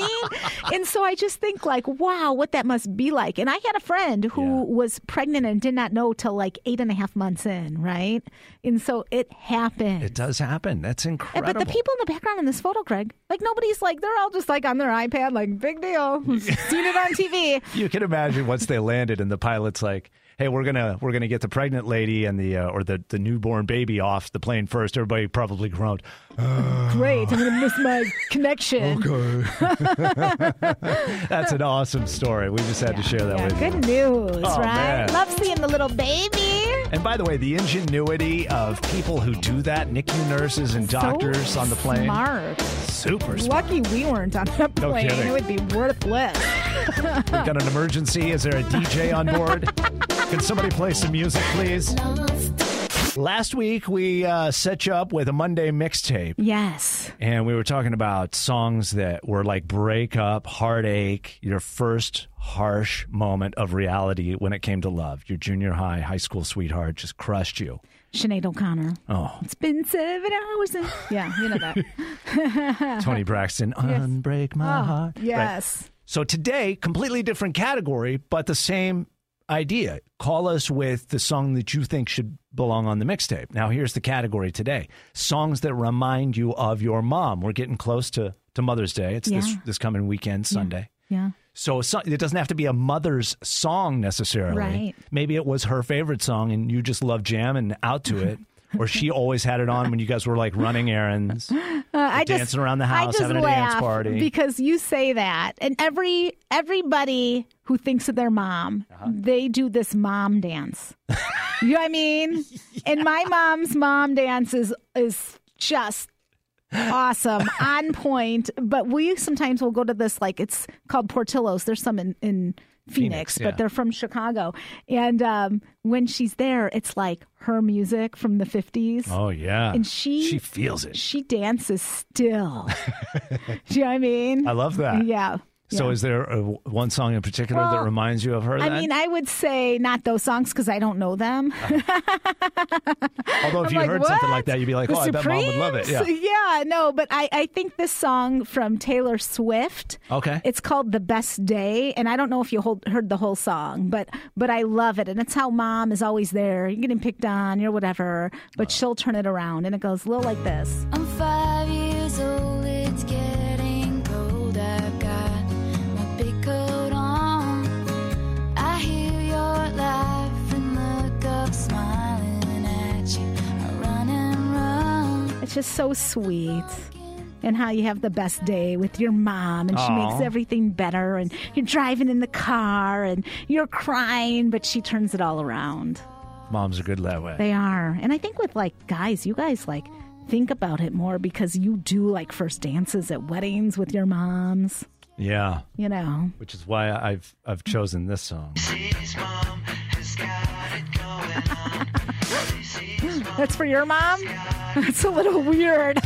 Speaker 6: mean? And so I just think like, wow, what that must be like. And I had a friend who was pregnant and did not know till like eight and a half months in, right? And so it happened.
Speaker 5: It does happen. That's
Speaker 6: And-
Speaker 5: incredible.
Speaker 6: Eh, but the people in the background in this photo, Greg, like nobody's like they're all just like on their iPad, like big deal, seen it on TV.
Speaker 5: you can imagine once they landed and the pilot's like hey we're gonna we're gonna get the pregnant lady and the uh, or the, the newborn baby off the plane first everybody probably groaned
Speaker 6: Great, I'm gonna miss my
Speaker 5: Oh,
Speaker 6: connection.
Speaker 5: that's an awesome story we just had to share that
Speaker 6: Yeah,
Speaker 5: with you
Speaker 6: good news,
Speaker 5: Oh,
Speaker 6: right?
Speaker 5: man.
Speaker 6: Love seeing the little baby.
Speaker 5: and by the way the ingenuity of people who do that nicu nurses and doctors on the plane
Speaker 6: Smart.
Speaker 5: super smart
Speaker 6: Lucky we weren't on that
Speaker 5: No
Speaker 6: plane.
Speaker 5: kidding.
Speaker 6: it would be worthless.
Speaker 5: we've got an emergency is there a dj on board can somebody play some music please last week we uh, set you up with a monday mixtape
Speaker 6: yes.
Speaker 5: and we were talking about songs that were like breakup, heartache, your first harsh moment of reality when it came to love. Your junior high, high school sweetheart just crushed you.
Speaker 6: Sinead O'Connor.
Speaker 5: Oh,
Speaker 6: It's been seven hours. and- Yeah, you know
Speaker 5: Uh-huh.
Speaker 6: that.
Speaker 5: Tony Braxton, unbreak my
Speaker 6: Oh,
Speaker 5: heart. Right.
Speaker 6: yes.
Speaker 5: So today, completely different category, but the same idea. Call us with the song that you think should belong on the mixtape. Now, here's the category today songs that remind you of your mom. We're getting close to, to Mother's Day. It's this,
Speaker 6: Yeah.
Speaker 5: this coming weekend, Sunday.
Speaker 6: Yeah.
Speaker 5: So, so it doesn't have to be a mother's song necessarily.
Speaker 6: Right.
Speaker 5: Maybe it was her favorite song and you just love jamming out to it. or she always had it on when you guys were like running errands.
Speaker 6: Uh, I just
Speaker 5: dancing around the
Speaker 6: I
Speaker 5: house,
Speaker 6: just
Speaker 5: having a
Speaker 6: laugh
Speaker 5: dance party.
Speaker 6: because you say that, and every everybody who thinks of their mom,
Speaker 5: Uh-huh.
Speaker 6: they do this mom dance. you know what I mean? And my mom's mom dance is is just awesome, on point. But we sometimes will go to this like it's called Portillo's. There's some in. in Phoenix,
Speaker 5: Phoenix,
Speaker 6: but
Speaker 5: yeah.
Speaker 6: they're from Chicago. And um, when she's there, it's like her music from the 50s.
Speaker 5: Oh yeah.
Speaker 6: And she
Speaker 5: she feels it.
Speaker 6: She dances still. Do you know what I mean?
Speaker 5: I love that.
Speaker 6: Yeah.
Speaker 5: So
Speaker 6: yeah.
Speaker 5: is there a, one song in particular that
Speaker 6: Well,
Speaker 5: reminds you of her?
Speaker 6: I
Speaker 5: then?
Speaker 6: mean, I would say not those songs because I don't know them.
Speaker 5: although if
Speaker 6: I'm
Speaker 5: you
Speaker 6: like,
Speaker 5: heard something like
Speaker 6: "What?
Speaker 5: that, you'd be like,
Speaker 6: The
Speaker 5: "Oh, I bet mom would love it." Yeah.
Speaker 6: Supremes? no, but I, I think this song from Taylor Swift.
Speaker 5: Okay.
Speaker 6: It's called "The Best Day," and I don't know if you hold, heard the whole song, but but I love it, and it's how mom is always there. You're getting picked on, you're whatever,
Speaker 5: Uh.
Speaker 6: but she'll turn it around, and it goes a little like this.
Speaker 13: I'm five years old, it's getting cold. I've got my big coat on. I hear your laugh and look up, smiling at you. I run and run.
Speaker 6: It's just so sweet. And how you have the best day with your mom, and she
Speaker 13: Aw.
Speaker 6: makes everything better. And you're driving in the car, and you're crying, but she turns it all around.
Speaker 5: Moms are good that way.
Speaker 6: They are, and I think with like guys, you guys like think about it more because you do like first dances at weddings with your moms.
Speaker 5: yeah.
Speaker 6: You know,
Speaker 5: Which is why I've I've chosen this song.
Speaker 6: that's for your mom. It's a little weird.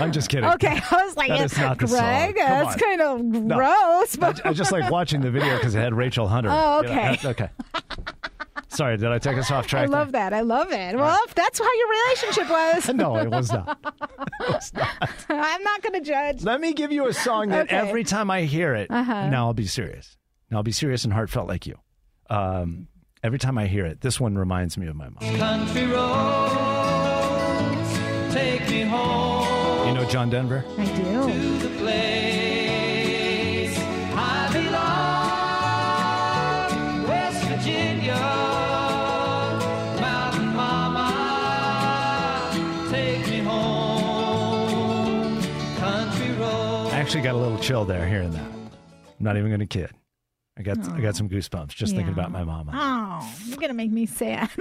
Speaker 5: I'm just kidding.
Speaker 6: Okay, I was like,
Speaker 5: That
Speaker 6: it's
Speaker 5: is not the song.
Speaker 6: Greg,
Speaker 5: Come
Speaker 6: that's
Speaker 5: on.
Speaker 6: kind of
Speaker 5: No.
Speaker 6: gross.
Speaker 5: I,
Speaker 6: But
Speaker 5: I just like watching the video because it had Rachel Hunter.
Speaker 6: Oh,
Speaker 5: You know,
Speaker 6: okay.
Speaker 5: that- okay. Sorry, did I take us off track?
Speaker 6: I love that. I love it. Well, if that's how your relationship was.
Speaker 5: No, it was not.
Speaker 6: I'm not going to judge.
Speaker 5: Let me give you a song that
Speaker 6: Okay.
Speaker 5: every time I hear it,
Speaker 6: Uh-huh.
Speaker 5: now I'll be serious. Now I'll be serious and heartfelt like you. Um, every time I hear it, this one reminds me of my mom.
Speaker 12: Country roads, take me home
Speaker 5: You know John Denver?
Speaker 6: I do.
Speaker 12: to the place I belong. West Virginia, mountain mama, take me home. Country roads.
Speaker 5: I actually got a little chill there hearing that. I'm not even going to kid. I got I got some goosebumps just thinking about my mama.
Speaker 6: Oh, you're gonna make me sad.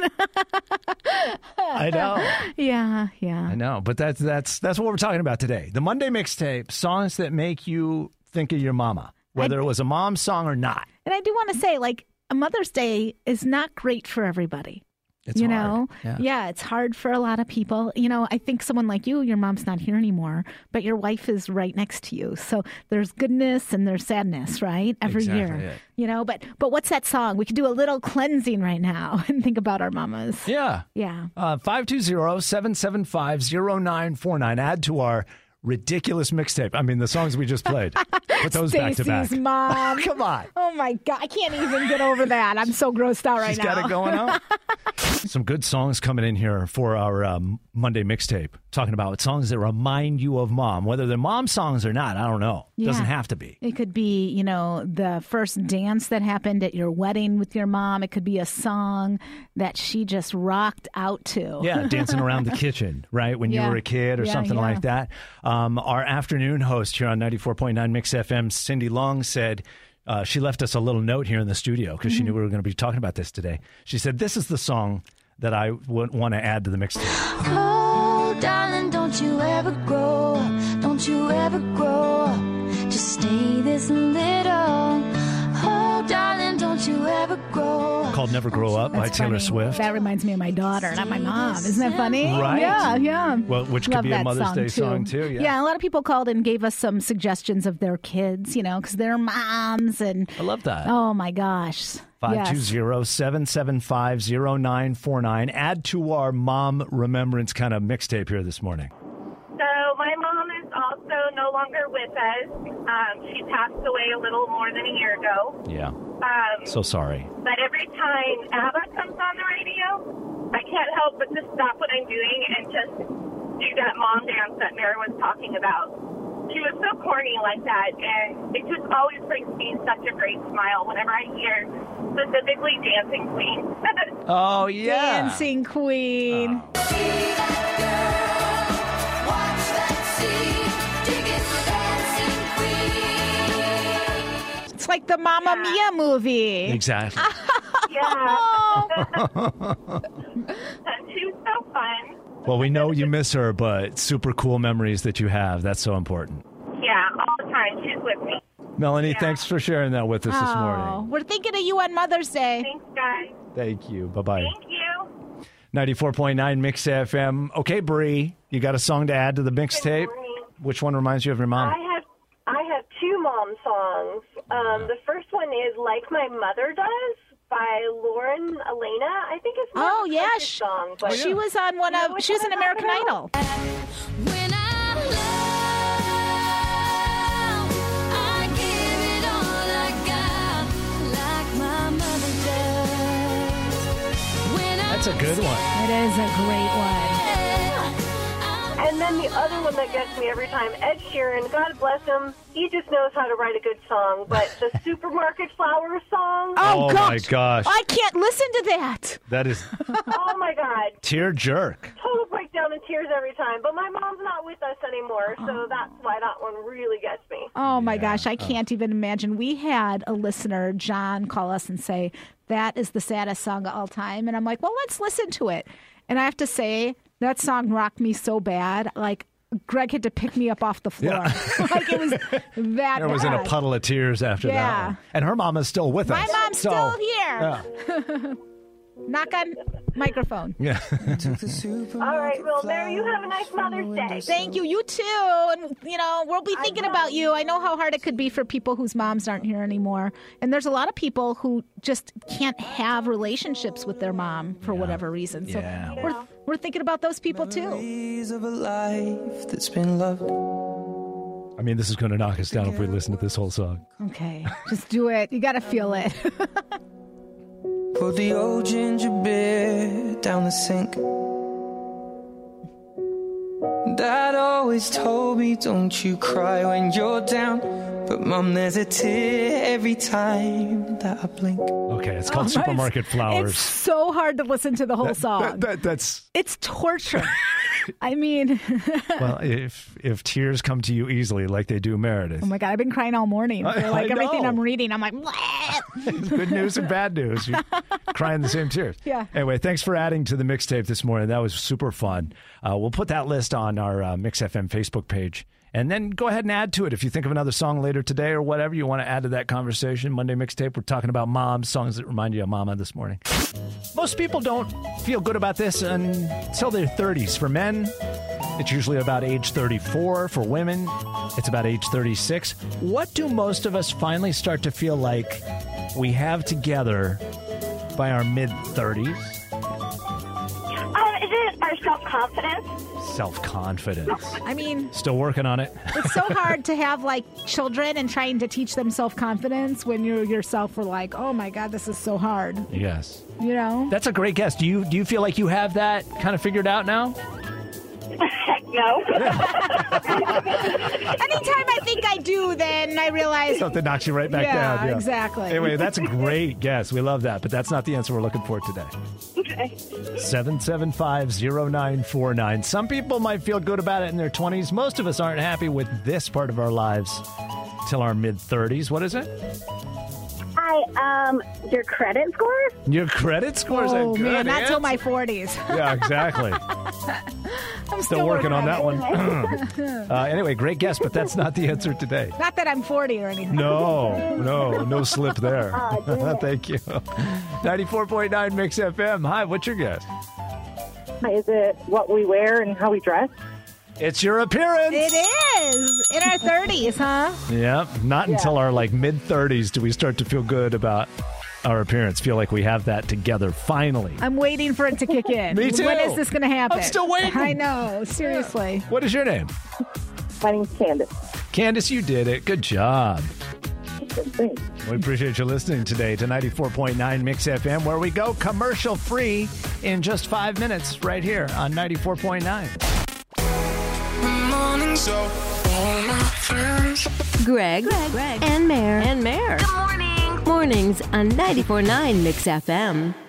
Speaker 5: I know.
Speaker 6: yeah, yeah.
Speaker 5: I know, but that's that's that's what we're talking about today. The Monday mixtape songs that make you think of your mama, whether it was a mom song or not.
Speaker 6: And I do want to say, like, a Mother's Day is not great for everybody.
Speaker 5: It's
Speaker 6: you
Speaker 5: hard.
Speaker 6: know,
Speaker 5: Yeah.
Speaker 6: it's hard for a lot of people. You know, I think someone like you, your mom's not here anymore, but your wife is right next to you. So there's goodness and there's sadness, right? Every
Speaker 5: Exactly
Speaker 6: year,
Speaker 5: it.
Speaker 6: you know. But but what's that song? We could do a little cleansing right now and think about our mamas.
Speaker 5: Yeah.
Speaker 6: Yeah.
Speaker 5: Uh, 520-775-0949. Add to our ridiculous mixtape. I mean, the songs we just played. Put those back to back.
Speaker 6: Stacey's mom.
Speaker 5: Come on.
Speaker 6: Oh my god, I can't even get over that. I'm so grossed out right
Speaker 5: She's
Speaker 6: now.
Speaker 5: got it going on. Some good songs coming in here for our um, Monday mixtape. Talking about songs that remind you of mom, whether they're mom songs or not. I don't know.
Speaker 6: Yeah.
Speaker 5: Doesn't have to be.
Speaker 6: It could be, you know, the first dance that happened at your wedding with your mom. It could be a song that she just rocked out to.
Speaker 5: Yeah, dancing around the kitchen, right? When
Speaker 6: Yeah.
Speaker 5: you were a kid or
Speaker 6: Yeah,
Speaker 5: something
Speaker 6: yeah.
Speaker 5: like that. Um, our afternoon host here on 94.9 Mix FM, Cindy Long, said uh, she left us a little note here in the studio because
Speaker 6: Mm-hmm.
Speaker 5: she knew we were going to be talking about this today. She said, This is the song that I would want to add to the mixtape.
Speaker 13: Oh, darling, don't you ever grow up. Don't you ever grow up. Just stay this little. Oh, darling, don't you ever grow up.
Speaker 5: Called Never Grow Up by
Speaker 6: That's
Speaker 5: Taylor
Speaker 6: funny.
Speaker 5: Swift.
Speaker 6: That reminds me of my daughter, not my mom. Isn't that funny?
Speaker 5: Right?
Speaker 6: Yeah, yeah.
Speaker 5: Well, which could
Speaker 6: Love
Speaker 5: be a
Speaker 6: that
Speaker 5: Mother's
Speaker 6: song
Speaker 5: Day
Speaker 6: too.
Speaker 5: song, too, yeah.
Speaker 6: a lot of people called and gave us some suggestions of their kids, you know, because they're moms and.
Speaker 5: I love that.
Speaker 6: Oh my gosh.
Speaker 5: Five
Speaker 6: Yes.
Speaker 5: two zero seven seven five zero nine four nine. Add to our mom remembrance kind of mixtape here this morning.
Speaker 14: So my mom is also no longer with us. Um, she passed away a little more than a year ago.
Speaker 5: Yeah.
Speaker 14: Um,
Speaker 5: So sorry.
Speaker 14: but every time ABBA comes on the radio, I can't help but just stop what I'm doing and just do that mom dance that Mary was talking about. She was so corny like that, and it just always brings me such a great smile whenever I hear specifically Dancing Queen.
Speaker 5: Oh, yeah.
Speaker 6: Dancing Queen.
Speaker 5: Oh.
Speaker 6: It's like the Mamma Mia movie. Oh,
Speaker 5: Exactly.
Speaker 14: yeah. she was so fun.
Speaker 5: Well, we know you miss her, but super cool memories that you have. That's so important.
Speaker 14: Yeah, all the time. She's with me.
Speaker 5: Melanie, thanks for sharing that with us this morning.
Speaker 6: We're thinking of you on Mother's Day.
Speaker 14: Thanks, guys.
Speaker 5: Thank you. Bye bye.
Speaker 14: Thank you.
Speaker 5: 94.9 Mix FM. Okay, Bree, you got a song to add to the mixtape? Which one reminds you of your mom?
Speaker 15: I have I have two mom songs. Um, the first one is "Like My Mother Does" by Lauren Elena. I think it's more
Speaker 6: Oh,
Speaker 15: of a
Speaker 6: yeah,
Speaker 15: country
Speaker 6: sh-
Speaker 15: song, but
Speaker 6: she was on one of. She was an American Idol.
Speaker 5: That's a good one.
Speaker 6: It is a great one.
Speaker 15: And then the other one that gets me every time, Ed Sheeran. God bless him. He just knows how to write a good song. But the supermarket flower song.
Speaker 5: Oh, my gosh.
Speaker 6: I can't listen to that.
Speaker 5: That is
Speaker 15: oh my God.
Speaker 5: tear jerk.
Speaker 15: Total breakdown in tears every time. But my mom's not with us anymore, so that's why that one really gets me.
Speaker 6: Oh my gosh, I can't even imagine. We had a listener, John, call us and say, That is the saddest song of all time. And I'm like, Well, let's listen to it. And I have to say, that song rocked me so bad. Like, Greg had to pick me up off the floor. like, it was that bad.
Speaker 5: I was in a puddle of tears after that.
Speaker 6: Yeah.
Speaker 5: One. And her mom is still with
Speaker 6: My
Speaker 5: us.
Speaker 6: mom's
Speaker 5: so-
Speaker 6: still here. Knock on microphone.
Speaker 5: Yeah.
Speaker 15: All right, well, there
Speaker 9: Oh.
Speaker 15: you have a nice Mother's Day.
Speaker 6: Thank you. You too. And, you know, we'll be thinking about you. I know how hard it could be for people whose moms aren't here anymore. And there's a lot of people who just can't have relationships with their mom for whatever reason. So
Speaker 12: Yeah.
Speaker 6: we're, we're thinking about those people too.
Speaker 12: Of a life that's been loved.
Speaker 5: I mean, this is going to knock us down if we listen to this whole song.
Speaker 6: Okay. Just do it. You got to feel it.
Speaker 12: Put the old ginger beer down the sink. Dad always told me, don't you cry when you're down. But mom, there's a tear every time that I blink.
Speaker 5: Okay, it's called
Speaker 6: Oh, my-
Speaker 5: Supermarket Flowers.
Speaker 6: It's so hard to listen to the whole
Speaker 5: That-
Speaker 6: song.
Speaker 5: that- that- that's
Speaker 6: it's torture. I mean, oh
Speaker 5: well, if if tears come to you easily, like they do Meredith,
Speaker 6: oh my God, I've been crying all morning.
Speaker 5: I-
Speaker 6: for, like
Speaker 5: I
Speaker 6: everything
Speaker 5: know.
Speaker 6: I'm reading, I'm like, what?
Speaker 5: good news and bad news. You're crying the same tears.
Speaker 6: Yeah.
Speaker 5: Anyway, thanks for adding to the mixtape this morning. That was super fun. Uh, we'll put that list on our uh, Mix FM Facebook page. And then go ahead and add to it. If you think of another song later today or whatever you want to add to that conversation, Monday Mixtape, we're talking about moms, songs that remind you of mama this morning. Most people don't feel good about this until their 30s. For men, it's usually about age 34. For women, it's about age 36. What do most of us finally start to feel like we have together by our mid 30s?
Speaker 14: Oh,
Speaker 16: Um, is it our self confidence?
Speaker 5: Self confidence.
Speaker 6: I mean,
Speaker 5: Still working on it.
Speaker 6: it's so hard to have like children and trying to teach them self confidence when you yourself were like, oh my God, this is so hard.
Speaker 5: Yes.
Speaker 6: You know?
Speaker 5: That's a great guess. Do you do you feel like you have that kind of figured out now?
Speaker 16: Heck no.
Speaker 6: Anytime I think I do, then I realize
Speaker 5: Something knocks you right back
Speaker 6: Yeah,
Speaker 5: down.
Speaker 6: exactly.
Speaker 5: Anyway, that's a great guess. We love that, but that's not the answer we're looking for today.
Speaker 16: Okay.
Speaker 5: 7750949. Some people might feel good about it in their 20s. Most of us aren't happy with this part of our lives till our mid 30s. What is it?
Speaker 16: I um your credit score?
Speaker 5: Your credit scores.
Speaker 6: oh
Speaker 5: a good
Speaker 6: man, not till
Speaker 5: answer.
Speaker 6: my 40s.
Speaker 5: Yeah, exactly.
Speaker 6: I'm
Speaker 5: Still working on that one.
Speaker 6: one.
Speaker 5: uh, anyway, great guess, but that's not the answer today.
Speaker 6: not that I'm 40 or anything.
Speaker 5: No, no, no slip there.
Speaker 6: Oh, dang it.
Speaker 5: Thank you. 94.9 Mix FM. Hi, what's your guess?
Speaker 17: Is it what we wear and how we dress?
Speaker 5: It's your appearance.
Speaker 6: It is in our 30s, huh?
Speaker 5: Yeah, not
Speaker 6: Yeah.
Speaker 5: until our like mid 30s do we start to feel good about our appearance. Feel like we have that together finally.
Speaker 6: I'm waiting for it to kick in.
Speaker 5: Me too.
Speaker 6: When is this going to happen?
Speaker 5: I'm still waiting.
Speaker 6: I know, seriously.
Speaker 5: What is your name?
Speaker 17: My name's Candace.
Speaker 5: Candace, you did it. Good job. We appreciate you listening today to 94.9 Mix FM, where we go commercial free in just five minutes right here on 94.9.
Speaker 12: Morning, so all my friends.
Speaker 18: Greg, and Mare and Mare. Good morning. Mornings on 94.9 Mix FM.